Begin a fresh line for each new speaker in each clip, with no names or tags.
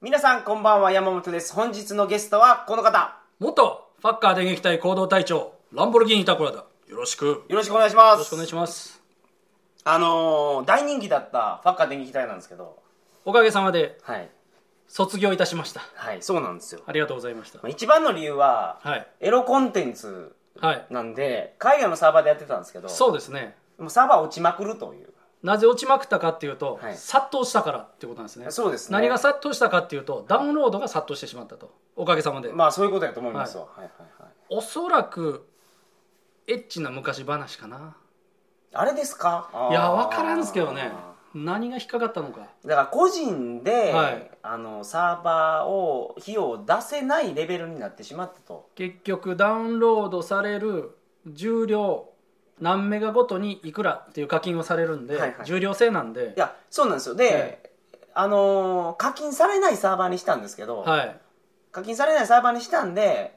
皆さんこんばんは山本です本日のゲストはこの方
元ファッカー電撃隊行動隊長ランボルギーニタコラだよろしくよ
よろしくお願いします
ろしくお願いします
あのー、大人気だったファッカー電撃隊なんですけど
おかげさまで
はい
卒業いたしました
はいそうなんですよ
ありがとうございました
まあ一番の理由は、
はい
エロコンテンツ
はい
なんで海外のサーバーでやってたんですけど
そうですね
もうサーバー落ちまくるという
なぜ落ちまくったかっていうと、
はい
殺到したからってことなんですね
そうですね
何が殺到したかっていうとダウンロードが殺到してしまったとおかげさまで、
まあそういうことやと思いますわ、はい、はいはい
おそらくエッチな昔話かな
あれですか
いや分からんすけどね
あ
何が引っかかったのか
ーだから個人で、
はい
あのサーバーを費用を出せないレベルになってしまったと
結局ダウンロードされる重量何メガごとにいくらっていう課金をされるんで、
はいはい
重量制なんで
いやそうなんですよで、あのー課金されないサーバーにしたんですけど、
はい
課金されないサーバーにしたんで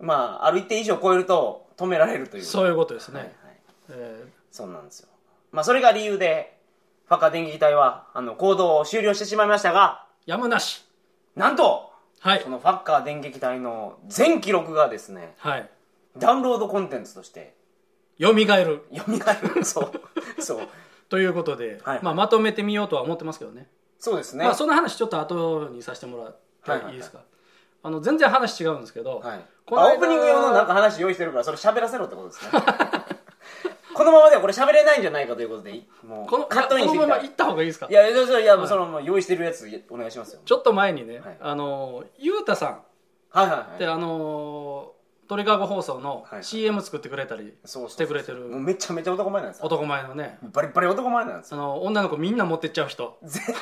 まあある一定以上超えると止められるという
そういうことですね、
はいはい、
え
そうなんですよまあそれが理由でファカ電撃隊はあの行動を終了してしまいましたが
ーやむなし
なんと
はい
このファッカー電撃隊の全記録がですね
はい
ダウンロードコンテンツとして
よみがえる
蘇るそうそう
ということで、
はい
まあ、まとめてみようとは思ってますけどね
そうですね、
まあその話ちょっと後にさせてもらっていいですか、あの全然話違うんですけど、
はい、
この間
あオープニング用のなんか話用意してるからそれ喋らせろってことです ねこのままではこれ喋れないんじゃないかということでいも
この
うカットインして
こ
き
のま
た
ま行った方がいいですか
いやいやそれいや、
はい
そのもう用意してるやつお願いしますよ
ちょっと前にね、
はい
あのゆうたさん
はいはい
で
はい
あのートリガーゴ放送の
はい
CM 作ってくれたり
そうそうそう
してくれて
もう
る
めちゃめちゃ男前なんですよ
男前のね
バリバリ男前なんです
あ
よ
の女の子みんな持ってっちゃう人
絶対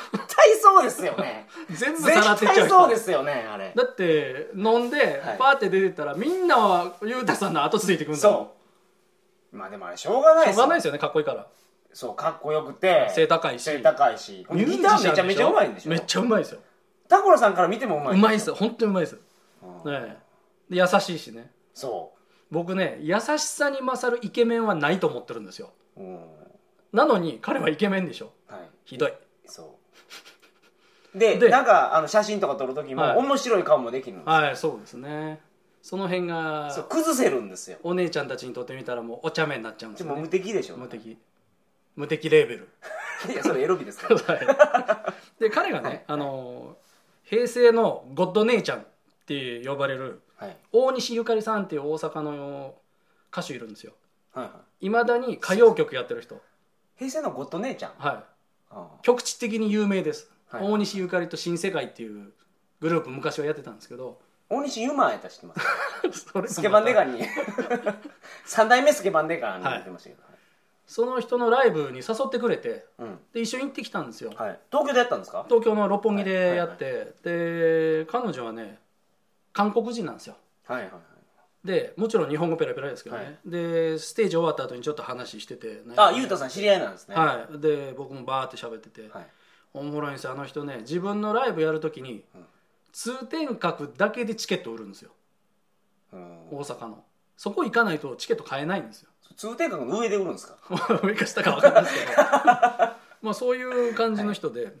そうですよね
全部
絶
さらってっちゃう
対
人
そうですよねあれ
だって飲んで
はい
パーって出てったら、みんなはゆうたさんの後ついてくるんだも
そうまあでもあれしょうがない
んしょうがな
で
いですすよねかっこいいから
そうかっこよくて
背高いし
背高いしギターめちゃめちゃうまいんでしょ
めっちゃうまいですよ
タコラさんから見てもうまいう
まいです本当にうまいです、ね
うん
え、で優しいしね
そ
僕ね優しさに勝るイケメンはないと思ってるんですよ
ううん
なのに彼はイケメンでしょ
はい
ひどい
そうで
で
なんかあの写真とか撮る時も、
はい
面白い顔もできるんです
はいそうですねその辺が
そう崩せるんですよ
お姉ちゃんたちにとってみたらもうお茶目になっちゃうんです
で
よ、
も
ね、
無敵でしょ
無敵無敵レーベル
いやそれエロビですから
はいで彼がね、あの平成のゴッド姉ちゃんって呼ばれる
はい
大西ゆかりさんっていう大阪の歌手いるんですよ
はいはい
いまだに歌謡曲やってる人
平成のゴッド姉ちゃん
は
あ
い局地的に有名です、
はい
大西ゆかりと新世界っていうグループ昔はやってたんですけ ど
大西ユマやったら知ってます
それもまた
スケバンデカに三代目スケバンデカに出てましたけど、
その人のライブに誘ってくれて
はいうん
で一緒に行ってきたんですよ、
はい、東京でやったんですか
東京の六本木でやって、で彼女はね韓国人なんですよ
はいはいはい
でもちろん日本語ペラペラですけどね、
はい
でステージ終わった後にちょっと話してて、ね
あゆうたさん知り合いなんですね
はいで僕もバーって喋ってて、
はい
おもろいんですよあの人ね自分のライブやるときに、
うん
通天閣だけでチケット売るんですよ
うん
大阪のそこ行かないとチケット買えないんですよ
通天閣の上で売るんですか
上か下か分かんないです けどまあそういう感じの人で、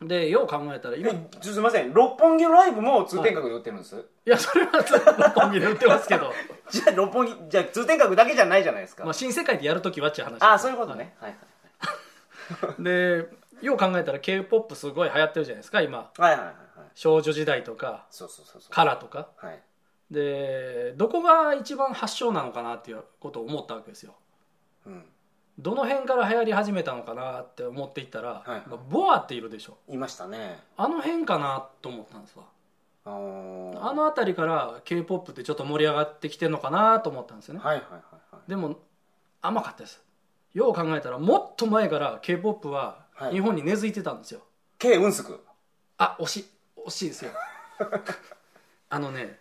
でよう考えたら
え
今
ちょすいません六本木のライブも通天閣で売ってるんです、
いやそれは六本木で売ってます けど
じゃあ六本木じゃあ通天閣だけじゃないじゃないですか、
まあ、新世界でやるときはっていう話
ああそういうことね、はい、
はいでよう考えたら k p o p すごい流行ってるじゃないですか今
はいはいはいはいはい
少女時代とか
そうそうそうそう
カラとか
はい
でどこが一番発祥なのかなっていうことを思ったわけですよ
うん
どの辺から流行り始めたのかなって思っていったら、
いはい
まあボアっているでしょ
いましたね
あの辺かなと思ったんですわ
あの
あの辺りから k p o p ってちょっと盛り上がってきてるのかなと思ったんですよね
はいはいはいはい
でも甘かったですよう考えたらもっと前から k p o p は
はい
日本に根付いてたんですよ、
K うんすく
あ惜しい惜しい ですよあのね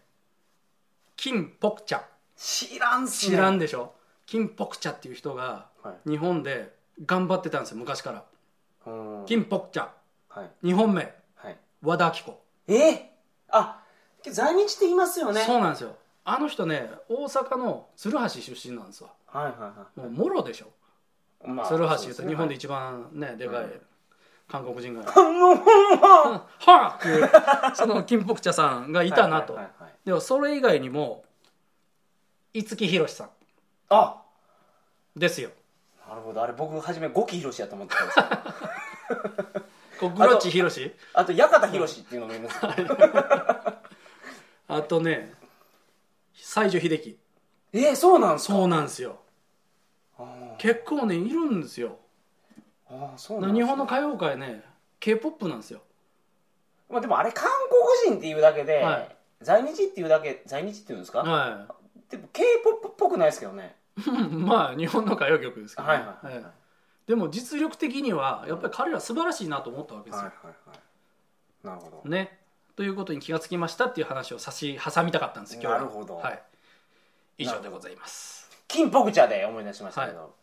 金ポクチャ
知らんっすね
知らんでしょ、金ポクチャっていう人が
はい
日本で頑張ってたんですよ昔から
うん
金ポクチャ
はい
日本名
はい
和田アキ子、
えあ在日って言いますよね
そうなんですよあの人ね大阪の鶴橋出身なんですわ
はいはいはい
もうもろでしょ
まあ
鶴橋
そう
言
で
っ
す
た
ね
ら日本で一番ねでかい、
うん
韓国 人が
もうもうもう
「はっ!」っていうその金北茶さんがいたなと、
はいはいはいはい
でもそれ以外にも五木ひろしさん
あ
ですよ
なるほどあれ僕初め五木ひろしやと思ってたんですよ
こうグロッチひろし
あと館ひろしっていうのもい ますけど
あとね西城秀樹
えー、そうなんすか
そうなんですよ
あー
結構ねいるんですよ
あーそうなんすね
日本の歌謡界ね k p o p なんですよ
まあ、でもあれ韓国人っていうだけで、
はい
在日っていうだけ在日っていうんですか、
は
でも k p o p っぽくないですけどね
い まあ日本の歌謡曲ですけどね、
はいはいはい
ええでも実力的にはやっぱり彼ら素晴らしいなと思ったわけですよ、
いなるほど
ねということに気がつきましたっていう話を差し挟みたかったんです今日は
なるほど
はい、以上でございます
金ポクチャで思い出しましたけど、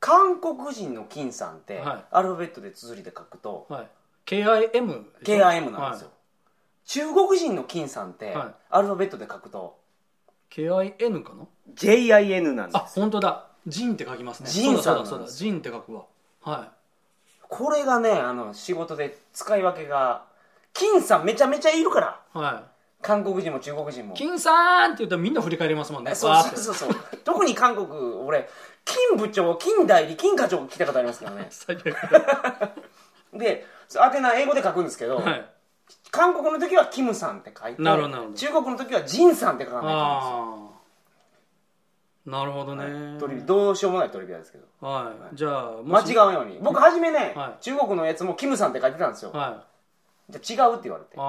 韓国人の金さんって、
はい
アルファベットで綴りで書くと
はい KIM でしょ
KIM なんですよ、中国人の金さんって、
はい
アルファベットで書くと
はい、KIN かな
JIN なん
あ本当だジンって書きますね
ジンさんなんです
そうだそうだそうだジンって書くわは
これがねあの仕事で使い分けが金さんめちゃめちゃいるから
いは
韓国人も中国人も
い金さんって言ったらみんな振り返りますもんね
そう
わーって
そうそうそう特に韓国俺金部長金代理金課長来たことありますけどね
最悪
でアテナ英語で書くんですけど、
はい
韓国の時はキムさんって書いて
なるほどなるほど
中国の時はジンさんって書かないとい
ああなるほど
け
ね、
ないんですよ
はい
トリビどうしようもないトリビアですけど
はい、じゃあ
間
もし
違うように僕初めね、
は
中国のやつもキムさんって書いてたんですよ、
はい
じゃあ違うって言われて
あ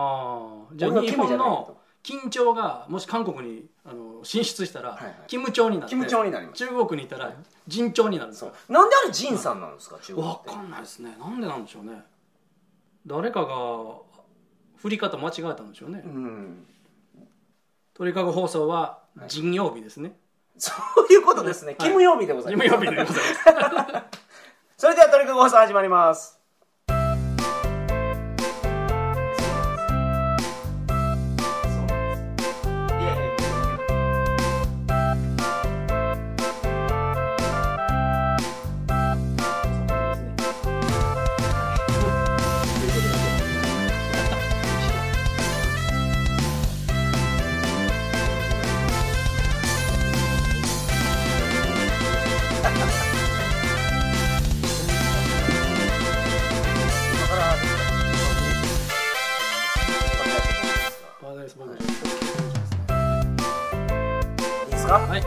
あじゃ
俺
あ
は
日
キムじ
本
ゃない
の
と
緊張がもし韓国にあの進出したら、
はいはい
キム朝になって
キム朝になります
中国にいたら人朝になるんです
そ
か
うなんであれジンさんなんですか、中国っ
わ
て
かんないですねなんでなんでしょうね誰かが振り方間違えたんでしょうね、
うん
鳥かご放送は人曜日ですね、
そういうことですね、キム曜日でございます
金曜日でございます
それではトリックゴース始まります
パラダイスボーイ
いいですか
はい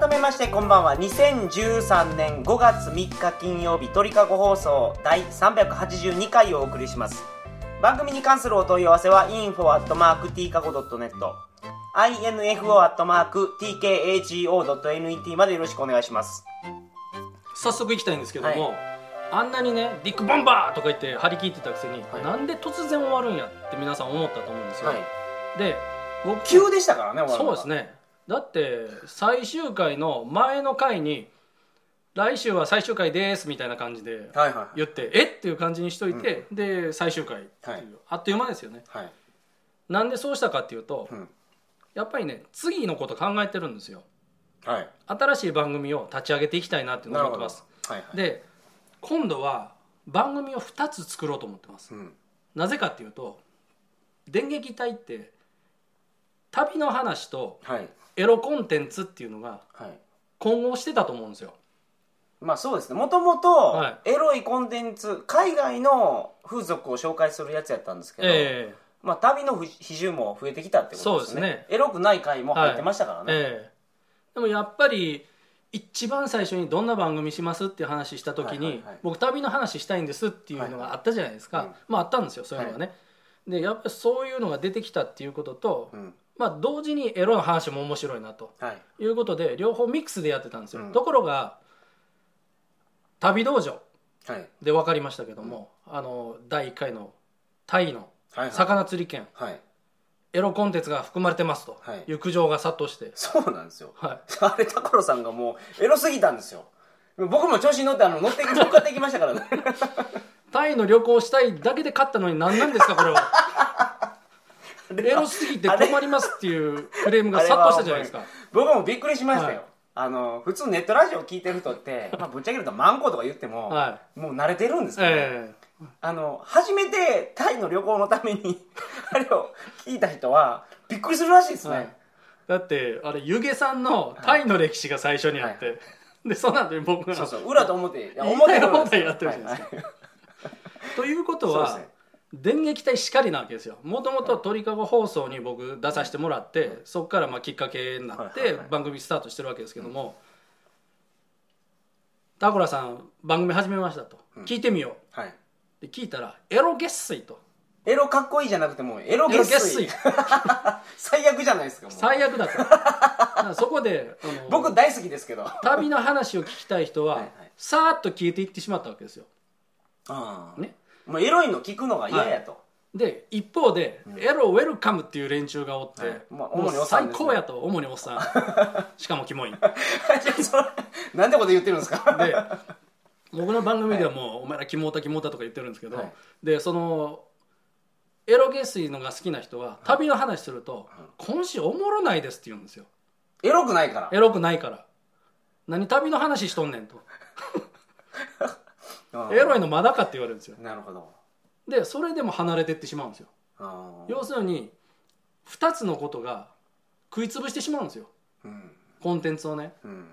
改めましてこんばんは2013年5月3日金曜日鳥かご放送第382回をお送りします番組に関するお問い合わせは info.tkago.net info.tkago.net までよろしくお願いします
早速行きたいんですけども、あんなにね「ビッグボンバー!」とか言って張り切ってたくせに、
はい
なんで突然終わるんやって皆さん思ったと思うんですよ、で僕
急でしたからね
そうです
ね
ねだって最終回の前の回に「来週は最終回です」みたいな感じで
はいはい
言って「えっ?」ていう感じにしといて、で最終回っていう、
はい
あっという間ですよね
はい
なんでそうしたかっていうと、
うん
やっぱりね次のこと考えてるんですよ
はい
新しい番組を立ち上げていきたいなっていうのを思ってます
はいはい
で今度は番組を2つ作ろうと思ってます
うん
なぜかっていうと電撃隊って旅の話と
はい
エロコンテンツっていうのが
はい
混合してたと思うんですよ
まあそうですねもともと
は
エロいコンテンツ海外の風俗を紹介するやつやったんですけど、
え
まあ、旅の比重も増えてきたってことですね
そうですね
エロくない回も入ってましたからね、
えええでもやっぱり一番最初にどんな番組しますっていう話した時
はい
に、
はいはい
僕旅の話したいんですっていうのがあったじゃないですか、
はいはい
まああったんですよそういうのがね、でやっぱりそういうのが出てきたっていうことと、
うん
まあ同時にエロの話も面白いなと
はい
いうことで両方ミックスでやってたんですよ、
うん
ところが旅道場
はい
で分かりましたけども、あの第1回のタイの
はいはい
魚釣り券、
はい
エロコンテンツが含まれてますと
はい
いう苦情が殺到して、
そうなんですよ
は
あれ所さんがもうエロすぎたんですよ僕も調子に乗ってあの乗って乗っかってきました からね
い、タイの旅行したいだけで買ったのに何なんですかこ れはエロすぎて困りますっていうクレームが殺到したじゃないですか
僕もびっくりしましたよ、あの普通ネットラジオ聞いてる人って、まあ、ぶっちゃけるとマンコとか言っても、
は
もう慣れてるんですけど、
ええ
あの初めてタイの旅行のために あれを聞いた人はびっくりするらしいですね、
はいだってあれ湯気さんのタイの歴史が最初にあって、でその後に僕が
そうそう裏と表いや
言い
表
たい
裏
放
です
題やってるじゃないですか
はいはい
ということ
そうで
は、
すね
電撃隊しかりなわけですよもともと鳥かご放送に僕出させてもらって、そこからまあきっかけになっ
はい
て
はいはい
番組スタートしてるわけですけども、タコラさん番組始めましたと、
うん
聞いてみよ
はい、
うで聞いたらエロ月水と
エロかっこいいじゃなくてもうエロ
エロ
下
月
水
水
最悪じゃないですかもう
最悪だとだからそこであの
僕大好きですけど
旅の話を聞きたい人は
はいはい
さーっと消えていってしまったわけですよ
ああ
ね
もうエロいの聞くのが嫌やと、
で一方で、エロウェルカムっていう連中がおって、
はいまあ
もう
主におっさん
最
ですね
高やと主におっさん しかもキモい
い やそれなんてこと言ってるんですか
で僕の番組ではもう、お前らキモータキモータとか言ってるんですけど、
はい
でそのエロ下水のが好きな人は旅の話すると、今週おもろないです」って言うんですよ
エロくないから
エロくないから何旅の話しとんねんと
ああ
エロいのまだかって言われるんですよ
なるほど
でそれでも離れてってしまうんですよ
ああ
要するに2つのことが食い潰してしまうんですよ
うん
コンテンツをね
うん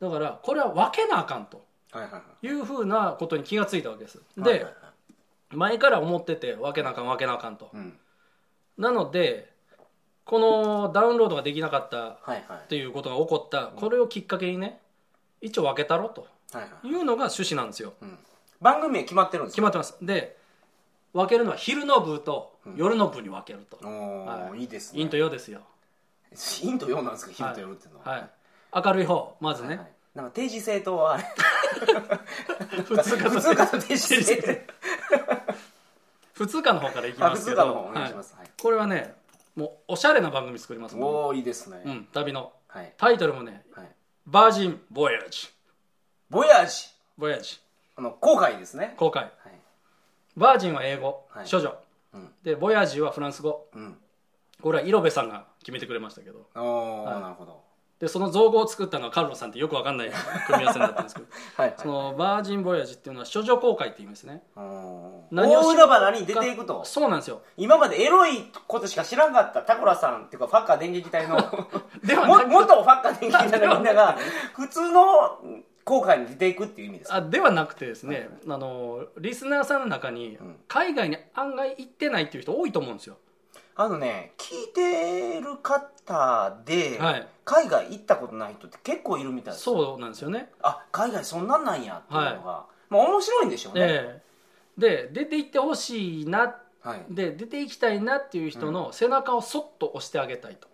だからこれは分けなあかんと
はいはいはい
いうふうなことに気がついたわけですで、
はいはいはい
前から思ってて分けなあかん分けなあかんと、
うん
なのでこのダウンロードができなかった
はいはい
っていうことが起こったこれをきっかけにね一応分けたろと
はいはい
いうのが趣旨なんですよ
うん番組名決まってるんです
決
か
まってますで分けるのは昼の部と夜の部に分けると、
おー
はい
いいですね
陰と陽ですよ
陰と陽なんですか昼と夜っていうのは
はい明るい方まずね、
はいなんか定時制とはあれ
普通科
普
の
通 科の定時制
普通科の方からいき
あ
ま
普
すけ
通
ど
科の方お願いします
は
はい
い、これはねもうおしゃれな番組作りますも
おおいいですね
ん、うん、旅の
はい
タイトルもね
はい
「バージン・ボヤージ」
ボヤージ
「ボヤージ
あの後悔ですね」
公開
はい
バージンは英語、
はい
処女、
うん
でボヤージュはフランス語
うん
これはイロベさんが決めてくれましたけど
おお
はい
なるほど
でその造語を作ったのはカルロさんってよくわかんない 組み合わせになったんですけど
はい
そのバージンボヤージュっていうのは処女公開って言いますね
おー
何をし
大海原に出ていくと
そうなんですよ
今までエロいことしか知らんかったタコラさんっていうかファッカー電撃隊の
では
も
なく
元ファッカー電撃隊のみんなが普通の後悔に出ていくっていう意味ですか
あではなくてですね、あのリスナーさんの中に
ん
海外に案外行ってないっていう人多いと思うんですよ
あのね聞いてる方で、
はい
海外行ったことない人って結構いるみたいです
そうなんですよね
あ海外そんなんなんやっていうのが、まあ面白いんでしょうね、
ええで出て行ってほしいな
はい
で出て行きたいなっていう人の背中をそっと押してあげたいと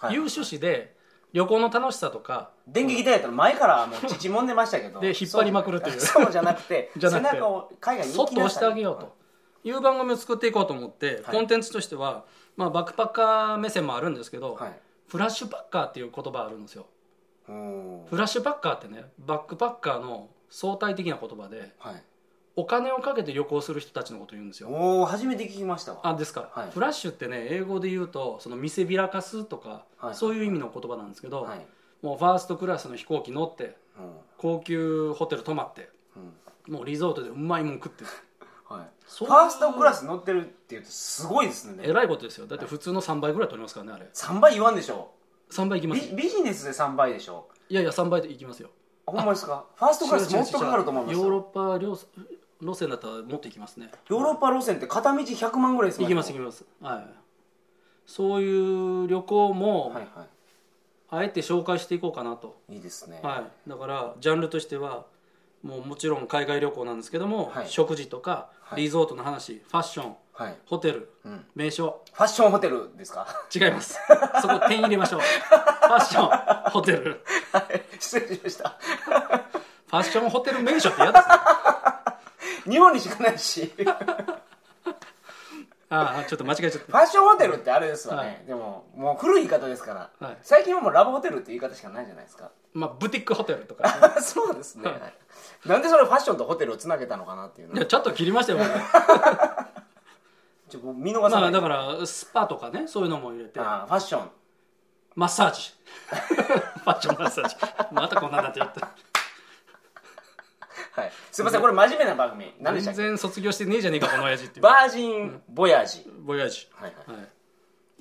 はい
いう趣旨で旅行の楽しさとか
電撃隊やったら前からもう父もんでましたけど
で引っ張りまくるという
そうじゃなくて
じゃなくて
背中を海外に
そっと押してあげよう
は
という番組を作っていこうと思って
はい
コンテンツとしてはまあバックパッカー目線もあるんですけど
いはい
フラッシュパッカーっていう言葉あるんですよ
おー
フラッシュパッカーってねバックパッカーの相対的な言葉で
はい
お金をかけて旅行する人たちのこと言うんですよ
おお初めて聞きましたわ
あですか、
はい
フラッシュってね英語で言うとその見せびらかすとか、
はい
そういう意味の言葉なんですけど、
はい
もうファーストクラスの飛行機乗って
うん
高級ホテル泊まって
うん
もうリゾートでうまいもん食って
はいフ
そういう
ァーストクラス乗ってるっていうとすごいです
え
ね
らいことですよだって普通の3倍ぐらい取りますからねあれ
3倍言わんでしょ
3倍いきま
ビ
す
ビジネスで3倍でしょ
いやいや3倍でいきますよ
あほんまですかファーストクラスもっとかかると思います
違う違う違う
よ
ヨーロッパ路路線だったらもっといきますね
ヨーロッパ路線って片道100万ぐらいす
いきますいきますはいそういう旅行も、
はいは
あえて紹介していこうかなと
いいいですね
はい、だからジャンルとしてはもうもちろん海外旅行なんですけども、
はい
食事とか
はい
リゾートの話、ファッション
はい
ホテル
うん
名所
ファッションホテルですか
違いますそこ点入れましょうファッションホテルフ
はい失礼しました
ァッションホテル名所って嫌ですね
日本にしかないしファ
ああちょっと間違えちゃっ
ッションホテルってあれですわね、
はい
でももう古い言い方ですから、
はい
最近はもうラブホテルって言い方しかないじゃないですか
た、まあ、ブティックホテルとか、
そうですね、はいなんでそれファッションとホテルをつなげたのかなっていう
い
の
やちょっと切りましたよ、僕
ちょっと見逃さ
ま
ない、
あ、だからスパとかねそういうのも入れて
あーファッション
マッサージファッションマッサージまたこんなんなってやった
はい、すいませんこれ真面目な番組何でした
全
っけ
然卒業してねえじゃねえかこの親父っていう
バージンボヤージ、
ボヤージ、
はいはい
はい、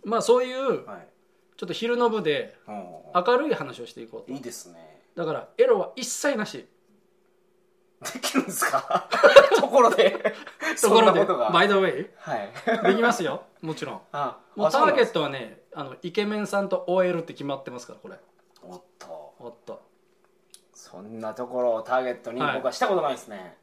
まあそういう
はい
ちょっと昼の部で
うん
明るい話をしていこうと
いいですね
だからエロは一切なし
できるんですか ところで
と
そ
こ
ん
ろ
な
で
ことが
バイドウェイ
はい
できますよもちろん
あ
も う
あ
タ
そうなん
ーゲ
で
ッ
す
トはねあのイケメンさんと OL って決まってますからこれ
おっと
おっと
そんなところをターゲットに
はい
僕はしたことないですね、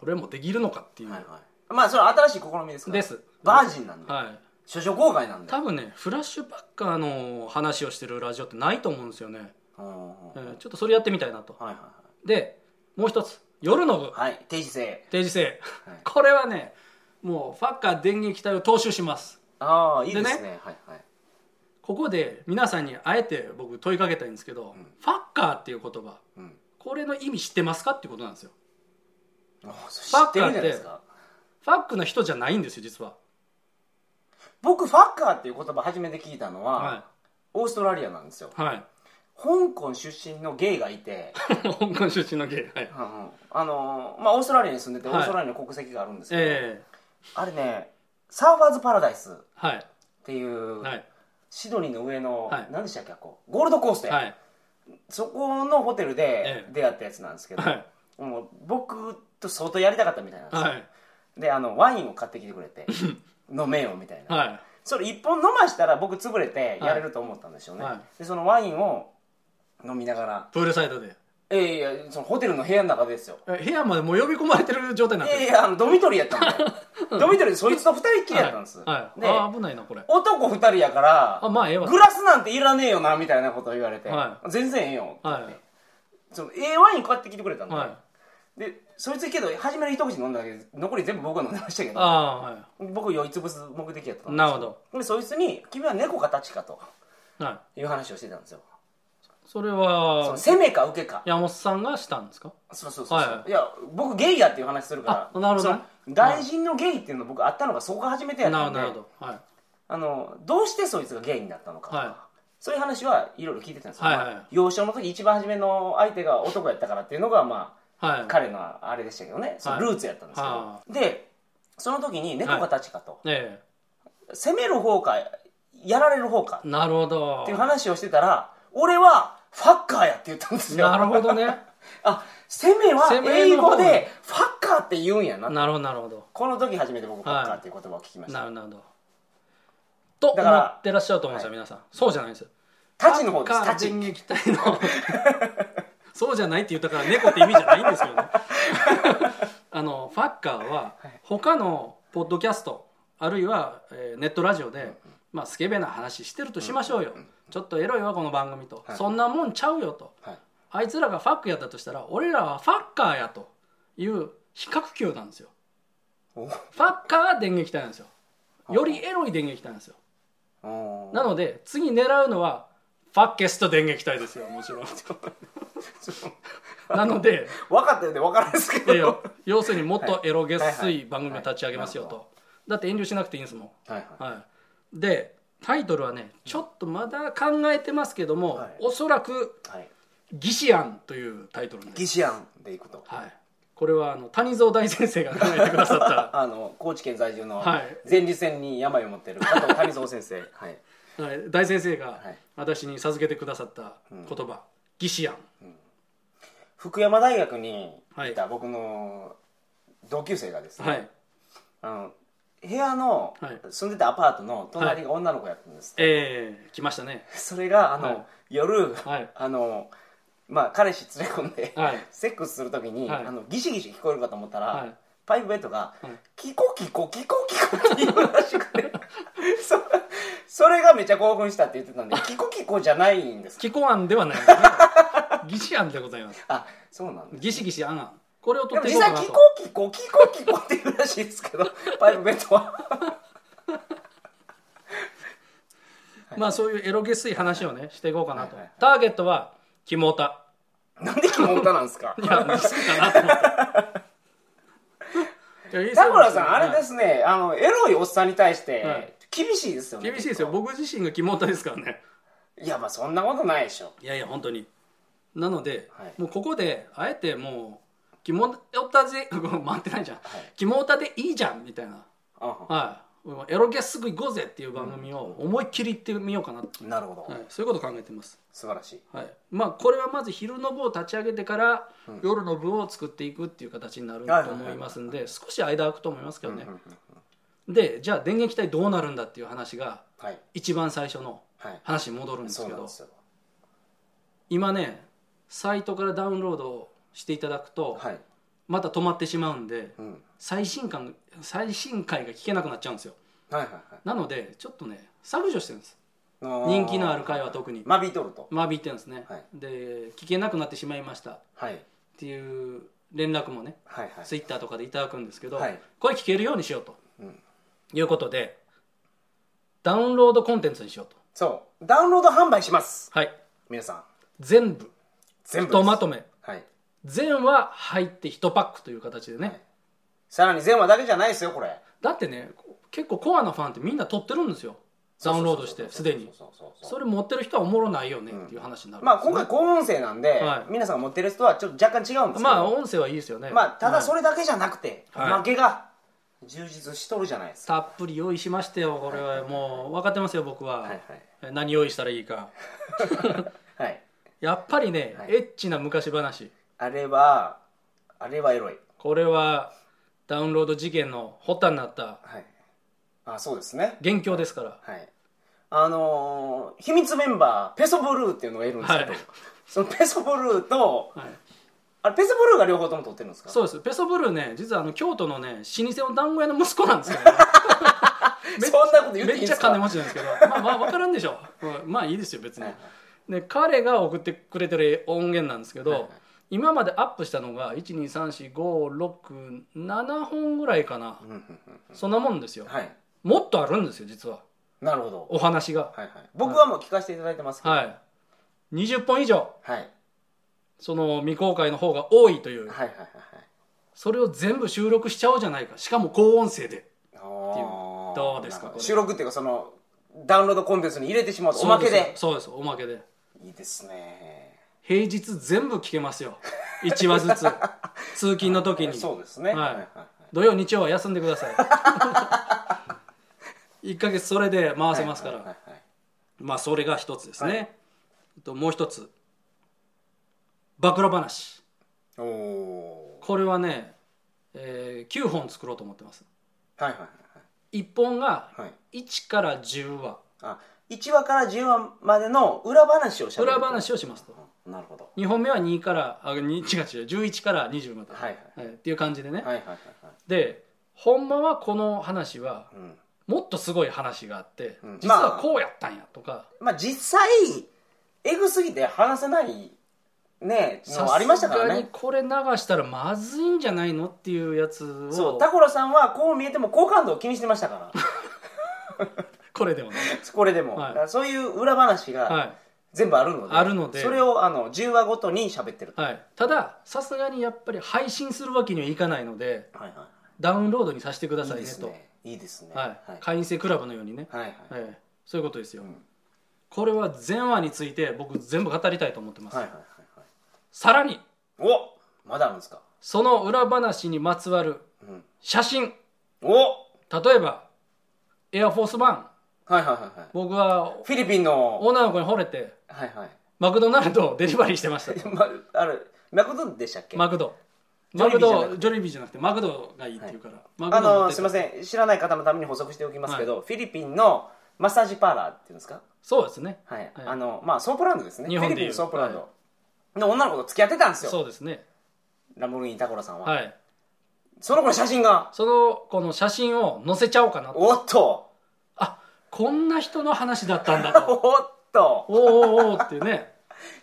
これもできるのかっていう、
はいはいまあそれは新しい試みですから
です
バージンなんで
はい
諸女公開なんで
多分ねフラッシュバッカーの話をしてるラジオってないと思うんですよね、
うんうんうん
え
はい
ーちょっとそれやってみたいなと
はいはい
でもう一つ夜の部
はい定時制
定時制、
はい
これはねもうファッカー電撃隊を踏襲します
ああいい
で
で
ね
すねはいはい
ここで皆さんにあえて僕問いかけたいんですけど、
ん
ファッカーっていう言葉
うん
これの意味知ってますかっていうことなんですよ
あそれ知ってるんじゃないですか
ファックの人じゃないんですよ実は
僕ファッカーっていう言葉初めて聞いたのは、
は
オーストラリアなんですよ
いはい
香港出身のゲイがいて、
香港出身のゲイはい
うんうんあのーまあ、オーストラリアに住んでてオ
はい
ーストラリアの国籍があるんですけど、
ええ
あれねサーファーズパラダイスっ
はい
ていう、
はい
シドニーの上の、
はい
何でしたっけここゴールドコーストや、
はい
そこのホテル
え
で
え
出会ったやつなんですけど、
はい
もう僕と相当やりたかったみたいなんですよ、
はい
であのワインを買ってきてくれ て飲めよみたいな、
は
それ一本飲ましたら僕潰れて
はい
やれると思ったんでしょうね、
はい
でそのワインを飲みながら
いプールサイドで
いやいやそのホテルの部屋の中ですよ
え部屋までもう呼び込まれてる状態に
い
なって
や
る
いやあのドミトリーやったんでドミトリーでそいつと二人っきりやったんです、
はいはい
で
あー危ないなこれ
男二人やから
あまあええわ
グラスなんていらねえよなみたいなことを言われて、
は
全然ええよって言って、
はい
そのええワイン買ってきてくれたんで,、
はい
でそいつけど初めの一口飲んだだけで残り全部僕が飲んでましたけ
あ
ど
あは
僕酔い潰す目的やったんですよ
なるほど
でそいつに「君は猫か立ちか」と
いはい
いう話をしてたんですよ
それ
その
は
攻めか受けか
山本さんがしたんですか
そうそうそうそう、
はい
い、や僕ゲイやっていう話するか
あ
ら
なるほどね
その外人のゲイっていうの僕あったのがそこが初めてやっ
なる
た
ほ
ん
ど
で
なるほどはい
あのどうしてそいつがゲイになったのかとか、
は
そういう話はいろいろ聞いてたんですよ、
はいはい
まあ幼少の時一番初めの相手が男やったからっていうのがま
はい
あ彼のあれでしたけどね、そのルーツやったんですけど、
は
でその時に猫が立ちかと、
え
攻める方かやられる方か
えなるほど
っていう話をしてたら俺はファッカーやって言ったんですよ
なるほどね
あ攻めは
攻め
英
の方
語
ね
でファッカーって言うんやな
なるほどなるほど
この時初めて僕ファッカ
は
ー
い
っていう言葉を聞きました、
なるほどと思
だから
ってらっしゃると思うんですよ皆さんそうじゃないんですよ
立ちの方です
サッカー
立ち
電撃隊の そうじゃないって言ったから猫って意味じゃないんですけど ねあのファッカーは他のポッドキャストあるいは、えーネットラジオで、まあ、スケベな話してるとしましょうよ、ちょっとエロいわこの番組と、
はい
そんなもんちゃうよと
はい
あいつらがファックやったとしたら俺らはファッカーやという比較級なんですよ
お
ファッカーが電撃隊なんですよよりエロい電撃隊なんですよ
おー
なので次狙うのはファッケスト電撃隊ですよ もちろんなので
分かったよね分からんですけ
い
ど
やいや要するにもっとエロげっ
はいはい
す
はい
い番組を立ち上げますよ
は
とだって遠慮しなくていいんですも
はい
ん、はい、でタイトルはねちょっとまだ考えてますけども、
はい
おそらく
はい、はい、
「疑師案」というタイトルなんです
ギシアンでいくと
はい、これはあの谷蔵大先生が考えてくださっ
あの高知県在住の
はい
前立腺に病を持っている加藤谷蔵先生 はい
た、はい、大先生が
はい
私に授けてくださった言葉「疑師案
福山大学にい
は
た僕の同級生がです」ね、
はい
あの部屋の
はい
住んでたアパートの隣が女の子やったんですって、
えー、来ましたね
それがあの、
はい
夜、
はい
あのまあ彼氏連れ込んで、
はい
セックスするときに、
はい
あのギシギシ聞こえるかと思ったら、
はい
パイプベッドが、
はい
キコキコキコキコって言うらしくてそそれがめちゃ興奮したって言ってたん でキコキコじゃないんです
既婚案ではないですね疑師案でございます
あそうなんだ
ギシギシ案案これを
でも
取ってい
実
こうか
際
な
キ
と
コキコキコキコって言うらしいですけどパイプベッドは
まあそういうエロゲスい話をねしていこうかなと、
はいはいはい
ターゲットはキモオタ
なんでキモ歌なんですか
いや好きかなと思っ て
田村さんあれですすねあのエロいおっさんに対して、
はい
厳しいですよね
厳しいですよ僕自身がキモオタですからね
いやまあそんなことないでしょ
いやいや本当になので、
はい
もうここであえてもう「キモタで 回ってないじゃん
はい
「キモタでいいじゃん」みたいな「
あ
はい、もうエロゲすぐ行こうぜ」っていう番組を思いっきり行ってみようかなって、
なるほど、
はい、そういうことを考えてます、
素晴らしい
はい、まあこれはまず昼の部を立ち上げてから、
うん
夜の部を作っていくっていう形になる
はいはい
と
はい
思いますんで少し間空くと思いますけどね、
うんうんうん
でじゃあ電源機体どうなるんだっていう話が
はい
一番最初の
はい
話に戻るんです
そう
け
なん
ど
ですよ
今ねサイトからダウンロードしていただくと、
はい、
また止まってしまうんで
うん、
最新感最新回が聞けなくなっちゃうんですよ
はいはいはい
なのでちょっとね削除してるんです
のー
人気のある回は特に
間引いとると
間引いてるんですね、
はい
で聞けなくなってしまいましたっ
はい
ていう連絡もね
はいはい
ツイッターとかでいただくんですけど、
はい
これ聞けるようにしようと
うん
いうことでダウンロードコンテンツにしようと
そうダウンロード販売します
はい
皆さん
全部
全部
ひとま
め
とめ
はい
全は入って1パックという形でね、
はいさらに全話だけじゃないですよこれ
だってね結構コアなファンってみんな取ってるんですよダウンロードしてすでに
そうそうそうそ
そうれ持ってる人はおもろないよねっていう話になるんで
まあ
すよ
今
ね、
回高音声なんで、
はい
皆さんが持ってる人はちょっと若干違うんですけど、
まあ音声はいいですよね
まあただ
はい
それだけじゃなくて、
はい
負けが充実しとるじゃないですか、
たっぷり用意しましたよこれはもう分かってますよ僕は、
はい
え何用意したらいいか
はいはい
やっぱりね、
はい
エッチな昔話
あれはあれはエロい
これはダウンロード事件の発端になった
はいあそうですね
元凶ですから
はいあのー秘密メンバーペソブルーっていうのがいるんですけど、
はい
そのペソブルーと
はい
あれペソブルーが両方とも撮ってるんですか
そうですペソブルーね実はあの京都のね老舗の団子屋の息子なんですよ、ね、
そんなこと 言っていい
めっ
んで
ちゃ
すか
金持ちなんですけどまあまあ分からんでしょう、うんまあいいですよ別に、
はいはい
で彼が送ってくれてる音源なんですけど、
はいはい
今までアップしたのが1234567本ぐらいかな、
うんうんうん
そんなもんですよ、
はい
もっとあるんですよ実は
なるほど
お話が
はいはい僕はもう聞かせていただいてますけど
はい20本以上
はい
その未公開の方が多いという
はいはいはいはい
それを全部収録しちゃおうじゃないかしかも高音声で
あー
どうですか
なるほ
これ
収録っていうかそのダウンロードコンテンツに入れてしまうとおまけで
そうですそうですおまけで
いいですね
平日全部聞けますよ1話ずつ通勤の時に
そうですね
はい
はいはいはい
土曜日曜は休んでください1 ヶ月それで回せますから、
はいはいはい
まあそれが一つですね、
はい
あともう一つ暴露話
おお
これはね、え9本作ろうと思ってます
ーはいはいは
1本が
いはい
1から10話
あ1話から10話までの裏話をしゃべる
裏話をしますと
うんなるほど
2本目は2からあに違う違う11から20まで、
はいはい
はいっていう感じでね、
はいはいはいはい
でほんまはこの話は
うん
もっとすごい話があって、
うん
実
ま
は
あ
こうやったんやとか、
まあ実際エグすぎて話せないね
さす
のありましたから
がに
ね
これ流したらまずいんじゃないのっていうやつを
そうタコラさんはこう見えても好感度を気にしてましたから
これでもね、
これでも、
はい
だからそういう裏話が
は
全部あるので,、
あるので
それをあの10話ごとに喋ってる
いはい、たださすがにやっぱり配信するわけにはいかないので
はいは
ダウンロードにさせてくだ
い
さい
い
ね
です
と
ねいいですね
はい
はい
会員制クラブのようにね、
はいはい
ええそういうことですよ、
うん
これは全話について僕全部語りたいと思ってます、
はいはいはい
さらに
はいおまだあるんですか
その裏話にまつわる
うん
写真
おは
例えばエアフォースワン
いはいはいはい
僕は
フィリピンの
女の子に惚れて
はいはい
マクドナルドをデリバリーしてました
まあれマクドでしたっけ、
マクド
ジョ
マ
リ
ク
ビーじゃなくて
ドジョリビーじゃなくてマクドがいいっていうから、マ
あ
クド持っ
の
て
すいません知らない方のために補足しておきますけど、フィリピンのマッサージパーラーっていうんですか
そうですね
はい、
はい
あのまあソープランドですね
日本で
フィリピン
いう
のソープランドの女の子と付き合ってたんですよ
そうですね
ランボルギーニタコラさんは、
はい
その子の写真が
そのこの写真を載せちゃおうかな
おっと
あこんな人の話だったんだと
おっと
おーおーおーっていうね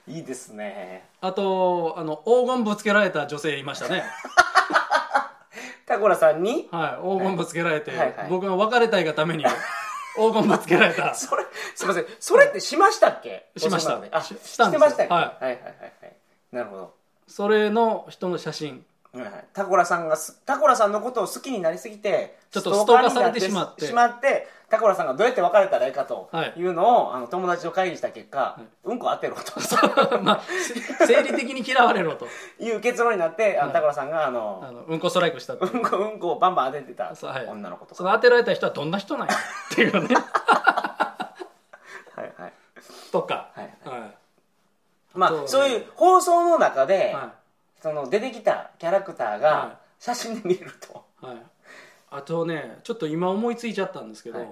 いいですね
あとあの黄金ぶつけられた女性いましたね、
タコラさんに
はい、黄金ぶつけられて、
はいはい
僕が別れたいがために黄金ぶつけられた
それすいませんそれってしましたっけ
しました
放送の中であ
し
し
したん
て
ですよ
ましたっけ、
は
はい、はいはいはいなるほど
それの人の写真
はいはいタコラさんがすタコラさんのことを好きになりすぎて
ちょっとストーカー
にな
されてしまって
しまってタコラさんがどうやって別れたらいいかと
はい
いうのを、あの友達と会議した結果、
い
うんこ当てろと
まあせ生理的に嫌われろと
いう結論になって、あの
はい
タコラさんがあの、
あのうんこストライクしたっていう
うんこうんこをバンバン当ててた
そうはい
女の子と
そ
か、
の当てられた人はどんな人なんやっていうね
はいはい、
とか、
はい
は
ま
そう
あ
ね
そういう放送の中
い
で、
は
その出てきたキャラクターが
は
写真で見えると、
いはい、あとねちょっと今思いついちゃったんですけど、
はい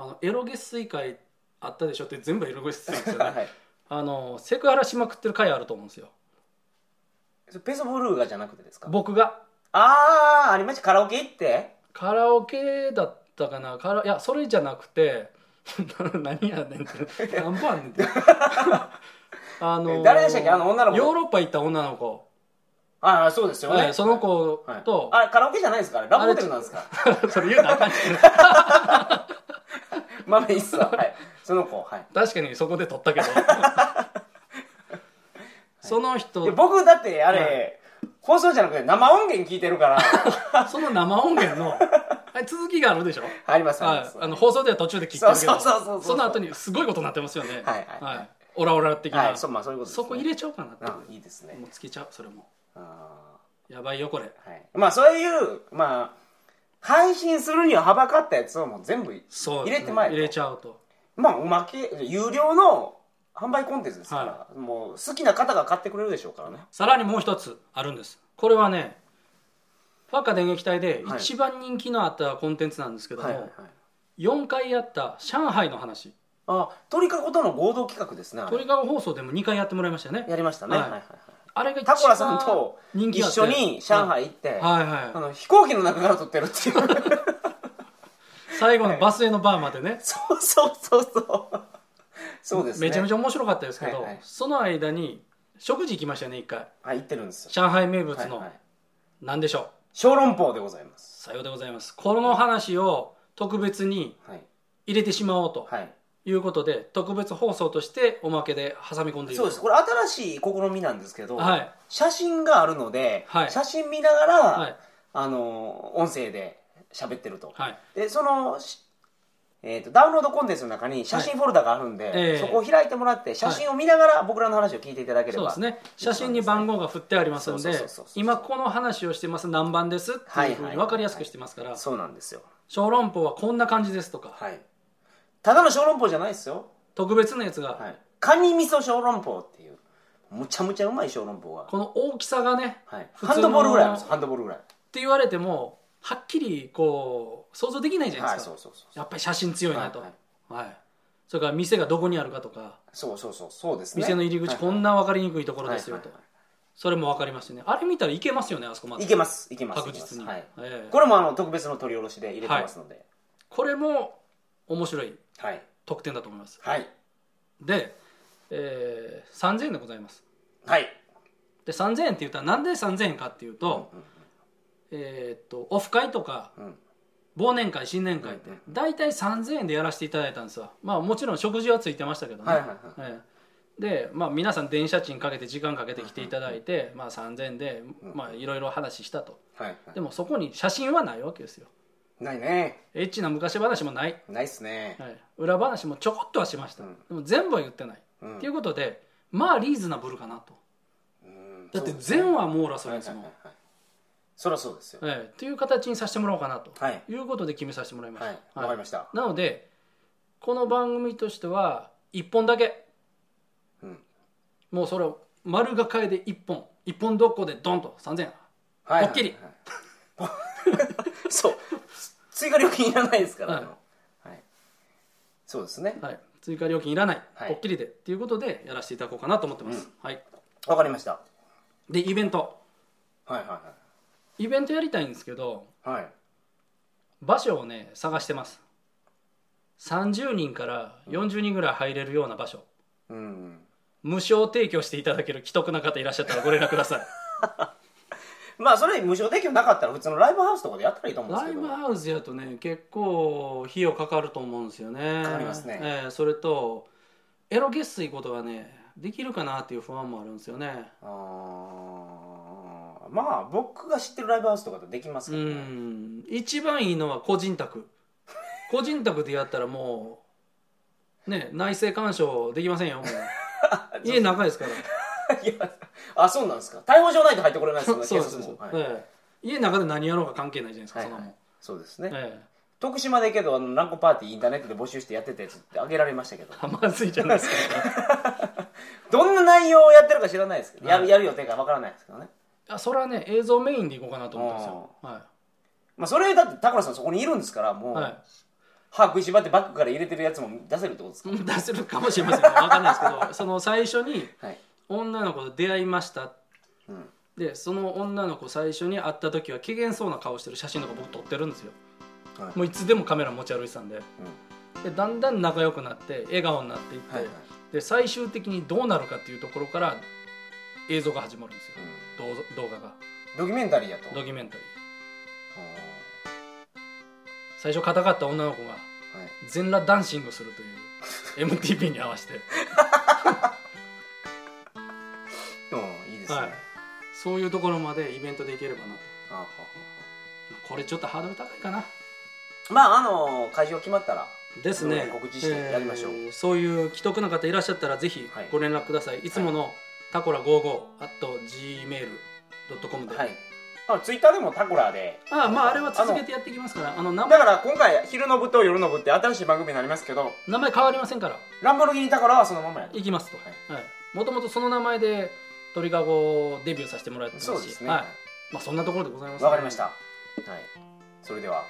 あのエロ月水会あったでしょって全部エロ月水なんです よ
は
ね、
い、
あのセクハラしまくってる回あると思うんですよ
それペソブルーガじゃなくてですか
僕が
ああありましたカラオケ行って
カラオケだったかなカラいやそれじゃなくて 何やねんって何本あんねんって あのー
誰でしたっけあの女の子
ヨーロッパ行った女の子、
ああそうですよね、
はいその子
はい
と、
あカラオケじゃないですからラブホテルなんですか
それ言うたらあかんし
まあいいっすわはい その子はい
確かにそこで撮っ たけどその人
で僕だってあれ、
は
放送じゃなくて生音源聞いてるから
その生音源の あれ続きがあるでしょ
ありますありま
は
す
い、あの放送では途中で切ってるけど
そうそうそうそうそう
その後にすごいことになってますよね
はいはいはい
オラオラ的な、
はいそうまあそういうことです
そ
ね、
こ入れちゃおうかなって
うんいいですね
もうつけちゃうそれも
あ
やばいよこれ
ーはいまあそういうまあ配信するにははばかったやつをもう全部
そう
入れてまいる
入れちゃうと
まあおまけ有料の販売コンテンツですから、
は
もう好きな方が買ってくれるでしょうからね
さらにもう一つあるんですこれはねファッカ電撃隊で一番人気のあったコンテンツなんですけども、
はいはいはい
4回やった上海の話
あ鳥かごとの合同企画ですねあれ
トリガー放送でも2回やってもらいましたよね
やりましたね、
はい
はいはいはい
あれが一
タ
番
コラさんと
人気
一
あって
緒に上海行って、
はい
あ
は
の飛行機の中から撮ってる っていう
い最後のバスへのバーまでね
そうそうそうそうそうですね
めちゃめち
ゃ
ゃ面白かったですけど、
はいはい
その間に食事行きましたよね一回
はい行ってるんですよ
上海名物
はい
の
はい
何でしょう、
小籠包でございます
さようでございますこの話を特別に
はい
入れてしまおうと
はい
いうことで、特別放送としておまけで挟み込んでいる
そうですこれ新しい試みなんですけど、
はい
写真があるので、
はい
写真見ながら、
はい
あの音声で喋ってると、
はい
でその、しえー、とダウンロードコンテンツの中に写真フォルダがあるんで、
ええ
そこを開いてもらって写真を見ながら僕らの話を聞いていただけれ
そう
ば
ですね写真に番号が振ってありますの
そうそうそ
で
うそうそう
今この話をしてます何番ですっていうふうに分かりやすくしてますから
そうなんですよ
小籠包はこんな感じですとか、
はいただの小籠包じゃないですよ、
特別なやつが、
はい、カニ味噌小籠包っていうむちゃむちゃうまい小籠包が、
この大きさがね
はい、
普通の
ハンドボールぐらいあるんですよハンドボールぐらい
って言われてもはっきりこう想像できないじゃない
はい
ですか、
そうそうそう
やっぱり写真強いなと、
は
はいい
はい
それから店がどこにあるかとか
そうそうそうそうですね
店の入り口こん
な
な分かりにくいところ
はい
ですよと、
はいはい
それも分かりましてねあれ見たらいけますよねあそこま
はい
で
いけますいけます
確実に、
いけますはい
ええ
これもあの特別の取り下ろしで入れてますので
これも面白い
はい
特典だと思います
はい
で、えー3000円でございます
はい
で3000円って言ったらなんで3000円かっていうと,、えーっとオフ会とか
うんうん
忘年会新年会って
うんうん
大体3000円でやらせていただいたんですわまあもちろん食事はついてましたけどね、
はいはいはい
ええで、まあ、皆さん電車賃かけて時間かけて来ていただいて、まあ、3000円で
うん
まあいろいろ話したと
はいはい
でもそこに写真はないわけですよ
ないね
エッチな昔話もない、
ないっすね
はい裏話もちょこっとはしました、
うん
でも全部は言ってない、
うん
っていうことでまあリーズナブルかなと
うん
だって
そうですね
全話網羅するんですもん
はいはいはいはいそりゃそうですよ
ええっていう形にさせてもらおうかなと、
はい
い、うことで決めさせてもらいました、
はいわかりました
なのでこの番組としては1本だけ
うん
もうそれを丸がかえで1本1本どこでドンと3000円
はいはい
ポッキリ
はい そう追加料金いらないですから
はい
あのはいそうですね
はい、追加料金いらない、
はい
ぽっきりでっていうことでやらせていただこうかなと思ってます、はい、
わかりました
でイベント
はいは
イベントやりたいんですけど
いはいはい
場所をね探してます30人から40人ぐらい入れるような場所
うん
無償提供していただける既得な方いらっしゃったらご連絡ください
まあそれ無償提供なかったら普通のライブハウスとかでやったらいいと思うんです
ラ
けど
イブハウスやとね結構費用かかると思うんですよね
かかりますね
ええそれとエロ月水ことがねできるかなっていう不安もあるんですよね
あーまあ僕が知ってるライブハウスとかとできます
う
けどね、
ん一番いいのは個人宅個人宅でやったらもうね内政干渉できませんよ もう家長いですから
いやあそうなんですか逮捕状ないと入ってこれないです
そう
よね
そう
警
そう
察
そ
も、
う
はい
ええ家の中で何やろうが関係ないじゃないですか、
はいはい
そんな
そうですね、
もん、ええ
徳島でけどあのランコパーティーインターネットで募集してやってたやつってあげられましたけど
あまずいじゃないですか
どんな内容をやってるか知らないですけど、や
は
る
い
やる予定かわからないですけどね
あそれはね映像メインでいこうかなと思ったんですよ、は
まあそれだってタコラさんそこにいるんですからもう、
いはい、
歯食いしばってバッグから入れてるやつも出せるってことですか、
うん 出せるかもしれません分かんないですけどその最初に
はい、
女の子と出会いました
うん、
でその女の子最初に会った時は機嫌そうな顔してる写真とか僕撮ってるんですよ、
はい
もういつでもカメラ持ち歩いてたんででだんだん仲良くなって笑顔になっていって、
はいはい、うん
で最終的にどうなるかっていうところから映像が始まるんですよ動画動画が
ドキュメンタリーやと
ドキュメンタリー
う
最初硬かった女の子が
んはい
全裸ダンシングする という MTV に合わせて
でもいいですね、
はいそういうところまでイベントでいければなと
あははは
これちょっとハードル高いかな
まああの会場決まったら
ですね
そう告知してやりましょう
ーそういう既得な方いらっしゃったらぜひ
はい
ご連絡ください、い、つものタコラ55 gmail.com で、
はいあツイッターでもタコラで
ああまああれは続けてやっていきますからあの名
だ
前
から今回昼の部と夜の部って新しい番組になりますけど
名前変わりませんから
ランボルギーニタコラはそのままや
いきますと
は
もともとその名前で鳥かごデビューさせてもらってますし
そうですね
は
わ
い、まあそんなところでございます、
かりましたはいそれでは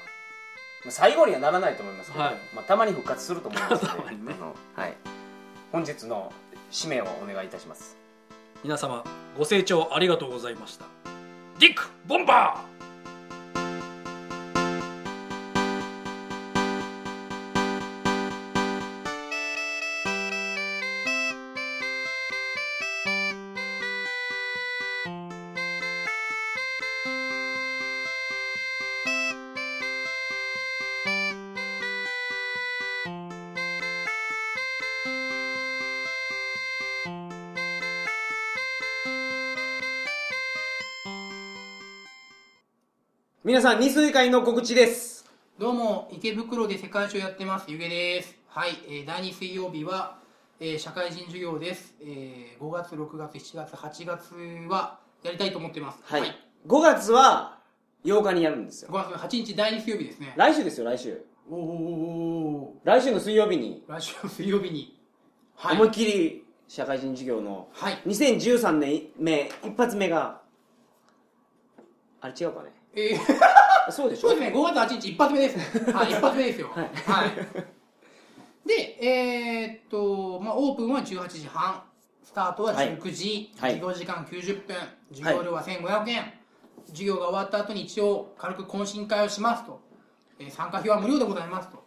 まあ最後にはならないと思いますけど、
はい
まあ、たまに復活すると思います の
たま
で、
にね
あのはい、本日の締めをお願いいたします
皆様ご清聴ありがとうございましたディックボンバー
皆さん二水会の告知です
どうも、池袋で世界一をやってます、ゆげです。はい、えー第2水曜日は、えー社会人授業です、えー5月、6月、7月、8月はやりたいと思ってます。
はい、5月は8日にやるんですよ
5月の8日、第2水曜日ですね。
来週ですよ来週
おーおーおーお
来週の水曜日に
ー来週の水曜日に。は
思いっ
い。
きり社会人授業の
はい。
2013年目一発目があれ違うかね
えー
そうでしょ
そうですね、5月8日、一発目ですね。はい、一発目ですよ。
は
はいい。で、えーっと、まあ、オープンは18時半、スタートは19時、
はい
授業時間90分、授業料は1500円、授業が終わった後に一応、軽く懇親会をしますと、えー参加費は無料でございますと、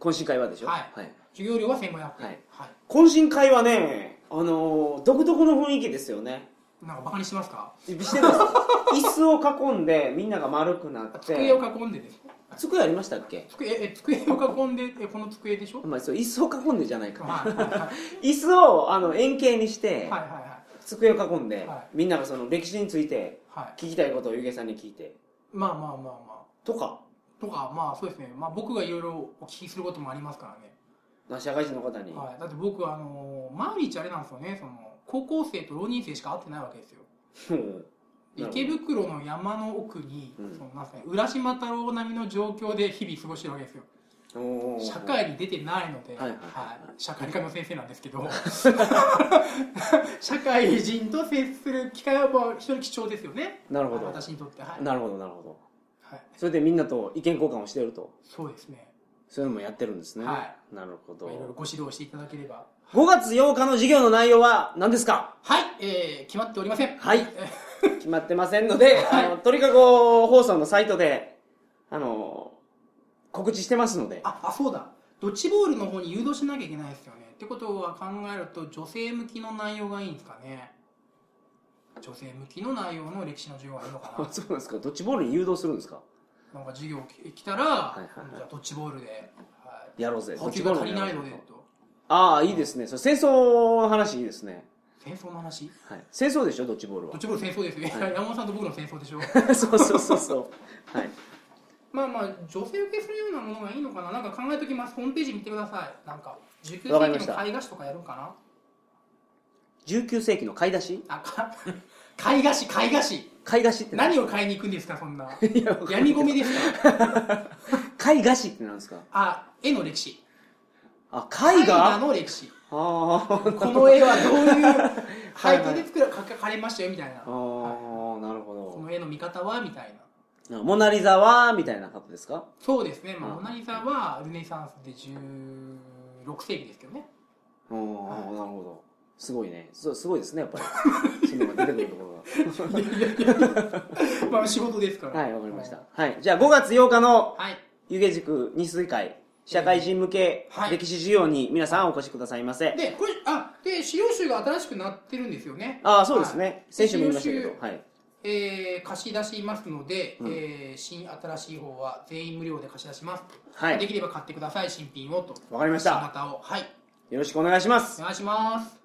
懇親会はでしょ
はい
はい、
授業料は1500円。
はい
は
懇親会はねあのー独特の雰囲気ですよね
いなんかバカにしてますか
して ます椅子を囲んでみんなが丸くなって
机を囲んでです。
机ありましたっけ
机、え、机を囲んで、え、この机でしょ
まあ、そう椅子を囲んでじゃないか、
はいはいはい
椅子をあの円形にして、
はいは
机を囲んで、
は
みんながその歴史について
いはい。
聞きたいことをゆげさんに聞いて
まあまあまあまあ。
とか
とかまあそうですね、まあ、僕がいろいろお聞きすることもありますからね、
まあ社会人の方に、
はい、だって僕はあのー毎日あれなんですよねその高校生と浪人生しか会ってないわけですよ
うんなるほど
池袋の山の奥に、
うん
そのなんすかね、浦島太郎並みの状況で日々過ごしてるわけですよ
おー
社会に出てないので、
はいはいはい
社会科の先生なんですけど 社会人と接する機会はまあ非常に貴重ですよね
なるほど
私にとってはい、
なるほどなるほど
はい、
それでみんなと意見交換をしてると
そうですね
そういうのもやってるんですね
は
なるほ
まあいろいろ
ど
ご指導していただければ
5月8日の授業の内容は何ですか
はい、えー、決まっておりません
はい決まってませんの で、あの鳥かご放送のサイトであの告知してますので
ああそうだドッジボールの方に誘導しなきゃいけないですよねってことは考えると女性向きの内容がいいんですかね女性向きの内容の歴史の授業がいいのか
あそうなんですかドッジボールに誘導するんですか
ななんか授業き来たら、
いはいはい
じゃあドッジボールで、は
やろうぜ
い、
ドッ
補
ジ
給
ボー
が
ル
足
に
り
やろう
ない
ぜ
のでと
ああいいですねそれ戦争の話いいですね
戦戦争の話
はい
戦争でしょドッジボール
どっ
は
ちも戦争ですよ、
はい
山本さんと僕の戦争でしょ
そうそうそうそうはい
まあまあ女性受けするようなものがいいのかななんか考えときますホームページ見てくださいなんか19
わかりま
世
し
紀
た
の絵画史とかやるんか
19世紀の買い出し
なあか絵画史絵画史
買い出しって
何を買いに行くんですかそんな
いやわかんない
闇ゴミですか
絵画史ってなんですか
あ絵の歴史
あ絵画あ
の歴史
あー
この絵はどう いう背景で作ら描かれましたよみたいな
あーなる
こ
ほ
の絵の見方はみたいな
どなモナ・リザはみたいなことですか
そうですね、まあ、
うん
モナ・リザはルネサンスで16世紀ですけどね
ああなるほどすごいねそうすごいですねやっぱりその出てくるところが
まあ仕事です から
はい、わかりました。はい。じゃあ5月8日の
はい
湯気塾二水会、社会人向け
はい
歴史授業に皆さんお越しくださいませ。
でこれあで資料集が新しくなってるんですよね
ああ、そうです
はい
ね。先週も言いましたけ
資
ど
料。集
はい。
えー貸し出しますので、
うん
えー新新しい方は全員無料で貸し出します、
は
で
い。
きれば買ってください新品をと
わかりました
新型をはい
よろしくお願いします。
お願いします